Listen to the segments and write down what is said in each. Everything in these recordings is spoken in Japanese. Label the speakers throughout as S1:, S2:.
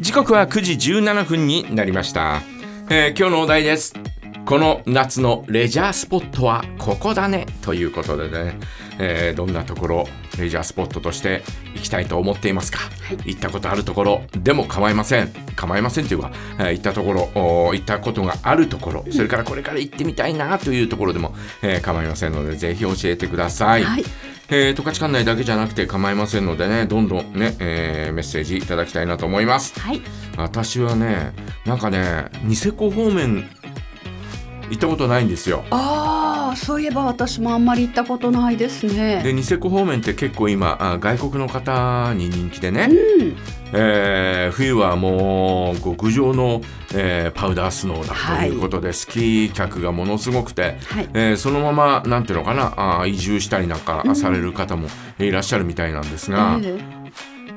S1: 時刻は9時17分になりました、えー今日のお題ですこの夏のレジャースポットはここだねということでね、えーどんなところレジャースポットとして行きたいと思っていますか、行ったことあるところでも構いません構いませんというか、えー行ったところおー行ったことがあるところそれからこれから行ってみたいなというところでも、えー構いませんのでぜひ教えてください、
S2: はい
S1: えー、十勝管内だけじゃなくて構いませんのでねどんどんね、えーメッセージいただきたいなと思います
S2: はい
S1: 私はねなんかねニセコ方面行ったことないんですよ
S2: ああそういえば私もあんまり行ったことないですね
S1: でニセコ方面って結構今あ外国の方に人気でね、
S2: うん
S1: えー冬はもう極上の、えーパウダースノーだということで、スキー客がものすごくて、
S2: はい
S1: えーそのままなんていうのかなあー移住したりなんかされる方もいらっしゃるみたいなんですが、
S2: ええ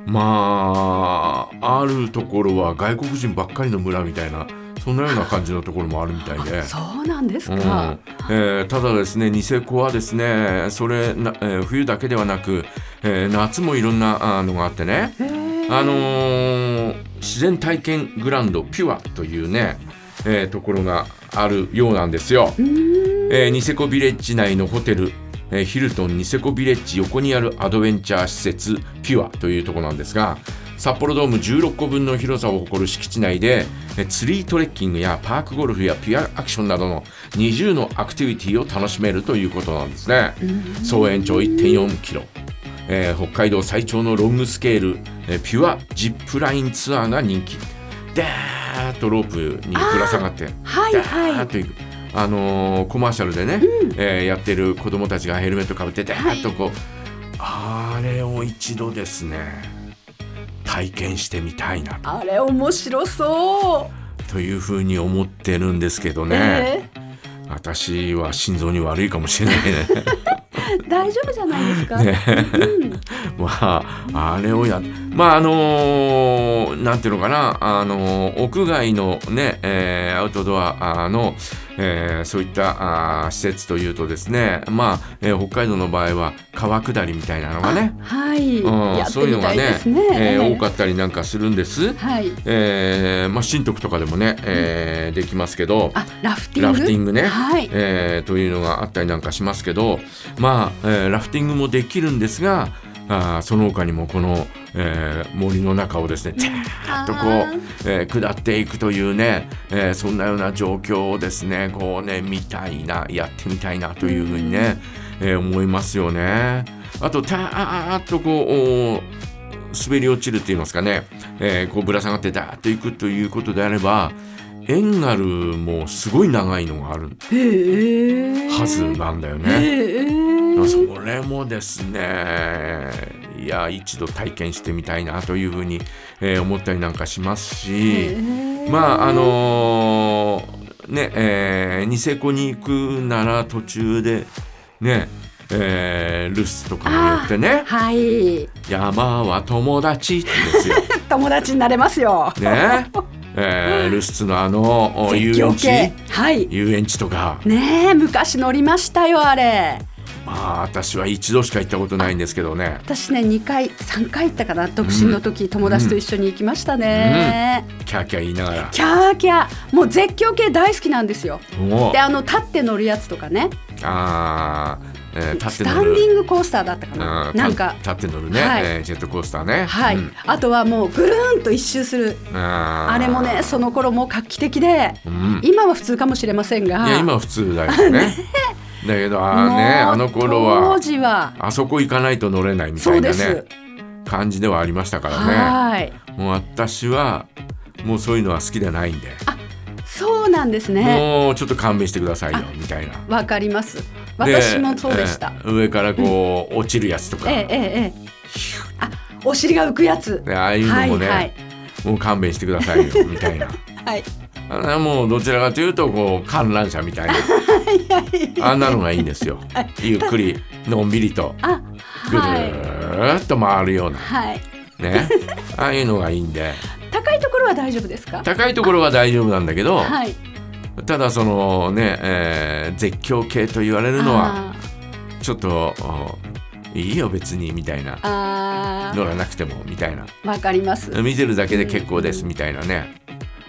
S1: まああるところは外国人ばっかりの村みたいなそんなような感じのところもあるみたいで。
S2: そうなんです
S1: うん
S2: か、
S1: えーただですねニセコはですねそれな、えー冬だけではなく、えー夏もいろんなあーのがあってね、
S2: へえ
S1: あのー自然体験グランドピュアというね、えーところがあるようなんですよ、えーニセコビレッジ内のホテル、えーヒルトンニセコビレッジ横にあるアドベンチャー施設ピュアというところなんですが札幌ドーム16個分の広さを誇る敷地内でえーツリートレッキングやパークゴルフやピュアアクションなどの20のアクティビティを楽しめるということなんですね総延長1.4キロえー北海道最長のロングスケール、えーピュアジップラインツアーが人気でーっとロープにぶら下がって
S2: はい
S1: ダ
S2: は
S1: ーッ
S2: い
S1: と行く、あのーコマーシャルでね、えーやってる子供たちがヘルメットかぶってダーッとこう、あれを一度ですね体験してみたいな
S2: あれ面白そう
S1: というふうに思ってるんですけどね、
S2: え
S1: 私は心臓に悪いかもしれないね。
S2: え 大丈夫じゃないですか、
S1: ね まああれをやまああのーなんていうのかなあのー屋外のね、えーアウトドアあーの、えーそういったあー施設というとですねまあ、えー北海道の場合は川下りみたいなのがね、
S2: はい、
S1: うん
S2: や、って
S1: そういうの
S2: みた
S1: が
S2: いで
S1: ね
S2: すね
S1: えー
S2: ええ
S1: 多かったりなんかするんです。
S2: はい
S1: えーまあ、新徳とかでもね、えーできますけど、
S2: あラフティン
S1: ラ
S2: グ
S1: フティングね、
S2: はい
S1: えーというのがあったりなんかしますけど、まあえーラフティングもできるんですがあーその他にもこの、えー森の中をですねジャーッとこう
S2: あ、
S1: えー下っていくというね、えーそんなような状況をですねこうね見たいなやってみたいなというふうにね、えー思いますよね。あとたーっとこうおー滑り落ちるって言いますかね、えーこうぶら下がってダーッと行くということであればエンガルもすごい長いのがある
S2: へえ
S1: はずなんだよ
S2: え
S1: ね。
S2: え
S1: それもですねいや一度体験してみたいなというふうに、えー思ったりなんかしますし、まああのーねえーニセコに行くなら途中でねえールスとかに寄ってね
S2: はい
S1: 「山は友達」ですよ。
S2: 友達になれますよ
S1: ねえー、ルスツのあのお遊
S2: 絶
S1: 園
S2: 叫
S1: 地
S2: 系はい
S1: 遊園地とか、
S2: ねえ昔乗りましたよあれ
S1: まあ私は一度しか行ったことないんですけどね
S2: 私ね2回3回行ったかな独身の時、友達と一緒に行きましたね、
S1: キャーキャー言いながら
S2: キャーキャーもう絶叫系大好きなんですよ
S1: もう
S2: であの立って乗るやつとかね
S1: あー、えー、立
S2: ス
S1: って
S2: タ
S1: 乗
S2: ンディ
S1: る
S2: ングコースターだったか
S1: あ
S2: な
S1: ー
S2: なんか
S1: 立って乗るね、
S2: はい
S1: えージェットコースターね
S2: はい、
S1: うん
S2: あとはもうぐるーんと一周する
S1: あー
S2: あれもねその頃もう画期的で
S1: うん
S2: 今は普通かもしれませんが
S1: いや今は普通だよねだけどあーね
S2: もう
S1: あの頃は
S2: 当時は
S1: あそこ行かないと乗れないみた
S2: そう
S1: いな
S2: です、
S1: ね感じではありましたからね
S2: はい
S1: もう私はもうそういうのは好きでないんで
S2: そうなんですね
S1: もうちょっと勘弁してくださいよみたいな。
S2: わかります
S1: で
S2: 私もそうでした、
S1: えー上からこう、落ちるやつとか、
S2: ええええええあお尻が浮くやつ
S1: でああいうのもね、
S2: はい
S1: もう勘弁してくださいよみた いな。
S2: はい
S1: あれはもうどちらかというとこう観覧車みたいなあんなのがいいんですよ。ゆっくりのんびりと
S2: あ
S1: ぐる
S2: はい
S1: ーっと回るような、
S2: はい
S1: ねああいうのがいいんで
S2: 高いところは大丈夫ですか
S1: 高いところは大丈夫なんだけど、
S2: はい
S1: ただそのね、えー絶叫系と言われるのは
S2: あー
S1: ちょっといいよ別にみたいな
S2: あ
S1: 乗らなくてもみたいな
S2: ーわかります
S1: 見てるだけで結構です
S2: うん
S1: みたいなね、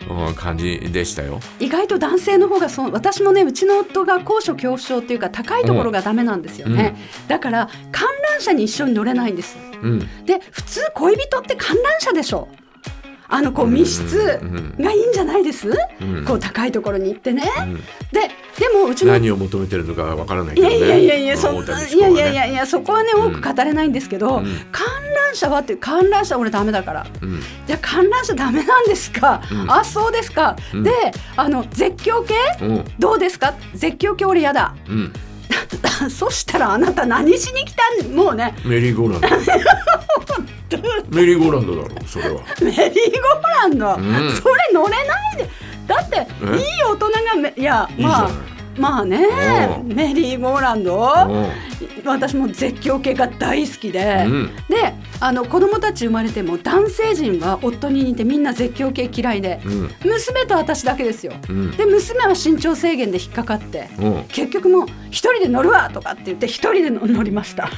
S1: うん、感じでしたよ。
S2: 意外と男性の方がそう私もねうちの夫が高所恐怖症っていうか高いところがダメなんですよね、だから観覧車に一緒に乗れないんです
S1: うん、
S2: で普通恋人って観覧車でしょあのこう密室
S1: うん
S2: がいいんじゃないです、
S1: うん
S2: こう高いところに行ってね、
S1: うん
S2: ででもうちの
S1: 何を求めてるのかわからないけ
S2: い
S1: ど
S2: や
S1: ね。
S2: いやいやいや、そん
S1: 大谷
S2: い
S1: 志
S2: や
S1: 功
S2: い
S1: は
S2: やい
S1: ね
S2: やいや、そこはね、多
S1: うん
S2: く語れないんですけど、
S1: うん
S2: 観覧車はって、観覧車、俺、ダメだから、
S1: うん
S2: じゃあ観覧車、ダメなんですか、
S1: うん
S2: あそうですか、
S1: うん
S2: であの、絶叫系、
S1: うん
S2: どうですか、絶叫系、俺、やだ、
S1: うん
S2: そしたらあなた、何しに来たん、もうね、
S1: メリーゴーランド。メリーゴーランドだろそ れは。
S2: メリーゴーランド、
S1: うん
S2: それ乗れないで、だって、いい大人がめ、いや、
S1: いいじゃ
S2: まあ、まあね
S1: う、ん
S2: メリーゴーランド、
S1: ない。
S2: 私も絶叫系が大好きで。
S1: うんうん
S2: であの子供たち生まれても男性陣は夫に似てみんな絶叫系嫌いで
S1: うん
S2: 娘と私だけですよ
S1: うん
S2: で娘は身長制限で引っかかって
S1: うん。
S2: 結局もう一人で乗るわとかって言って一人での乗りました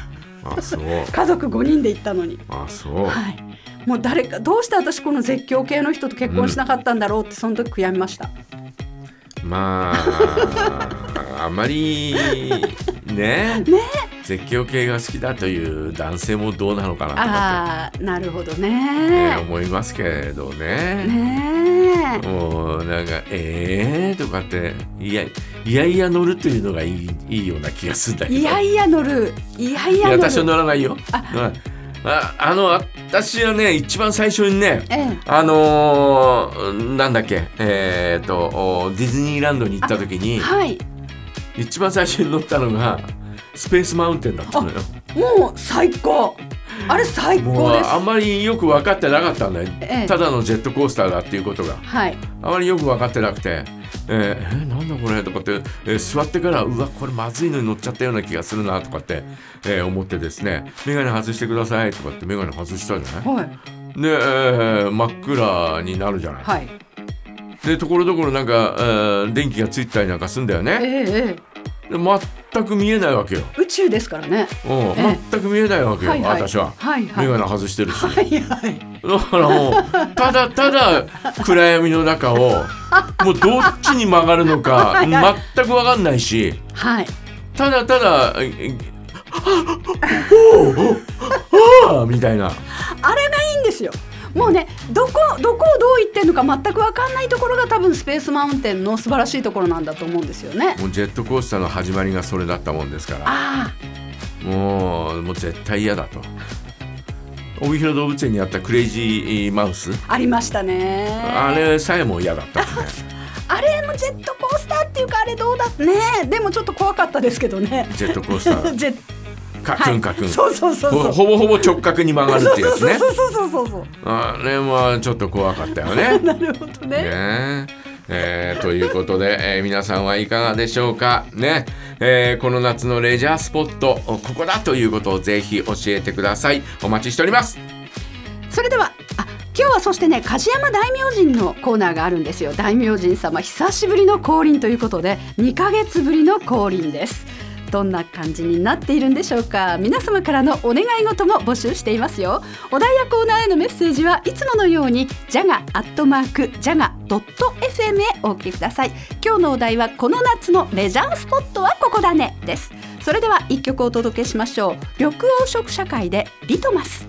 S1: あそう。
S2: 家族5人で行ったのに
S1: あそう。
S2: はいもう誰かどうして私この絶叫系の人と結婚しなかったんだろうってその時悔やみました、
S1: まああまりね絶叫系が好きだという男性もどうなのかなとかっ
S2: ああなるほど
S1: て、ね
S2: ね
S1: 思いますけどね。
S2: ねえ
S1: もうなんか「えー」とかっていやいやいや乗るというのがいいいいような気がするんだけど
S2: いやいや乗るいやい
S1: いや
S2: や乗
S1: 私は
S2: る
S1: 乗らないよ。うんああの私はね一番最初にね
S2: ええ
S1: あのーなんだっけえー、とおディズニーランドに行った時に
S2: はい
S1: 一番最初に乗ったのがスペースマウンテンだったのよ。
S2: もう最高あれ最
S1: もう
S2: 高です
S1: あんまりよく分かってなかったんだよ、
S2: ええ
S1: ただのジェットコースターだっていうことが
S2: はい
S1: あまりよく分かってなくて「えーえーなんだこれ」とかって、えー座ってから「うわこれまずいのに乗っちゃったような気がするな」とかって、えー思ってですね「眼鏡外してください」とかって眼鏡外したじゃない
S2: はい
S1: で、えー真っ暗になるじゃない、
S2: はい
S1: でところどころなんか、えー電気がついてたりなんかするんだよ
S2: え
S1: ね
S2: ええ
S1: で全く見えないわけよ、
S2: え宇宙ですからね
S1: うん
S2: え
S1: 全く見えないわけよ、
S2: はいはい
S1: 私は
S2: はい
S1: 眼
S2: はい
S1: 鏡外してるし、
S2: はいはい
S1: だからもうただただ暗闇の中をもうどっちに曲がるのか全く分かんないし
S2: はい
S1: ただただええ「ああああみたいな
S2: あれがいいんですよもうねどこどこをどう言ってんのか全く分かんないところが多分スペースマウンテンの素晴らしいところなんだと思うんですよね
S1: もうジェットコースターの始まりがそれだったもんですから
S2: あ
S1: もうもう絶対嫌だと帯広動物園にあったクレイジーマウス
S2: あありましたね
S1: あれさえも嫌だったもんね
S2: あれもジェットコースターっていうかあれどうだねえでもちょっと怖かったですけどね
S1: ジェットコースター
S2: ジェッ
S1: カ
S2: は
S1: ク
S2: い
S1: ンカクン
S2: そうそうそうそう
S1: ほほぼほぼ直角に曲がるってやつね
S2: そうそうそうそうそうそう
S1: あれはちょっと怖かったよね。ね
S2: なるほどね
S1: ええーということで、えー皆さんはいかがでしょうかね、えーこの夏のレジャースポットここだということをぜひ教えてくださいお待ちしております
S2: それではあ今日はそしてね梶山大明神のコーナーがあるんですよ大明神様久しぶりの降臨ということで2ヶ月ぶりの降臨ですどんな感じになっているんでしょうか皆様からのお願い事も募集していますよお題やコーナーへのメッセージはいつものようにジャガアットマークジャガドット FM へお送りください今日のお題はこの夏のレジャースポットはここだねですそれでは一曲お届けしましょう緑黄色社会でリトマス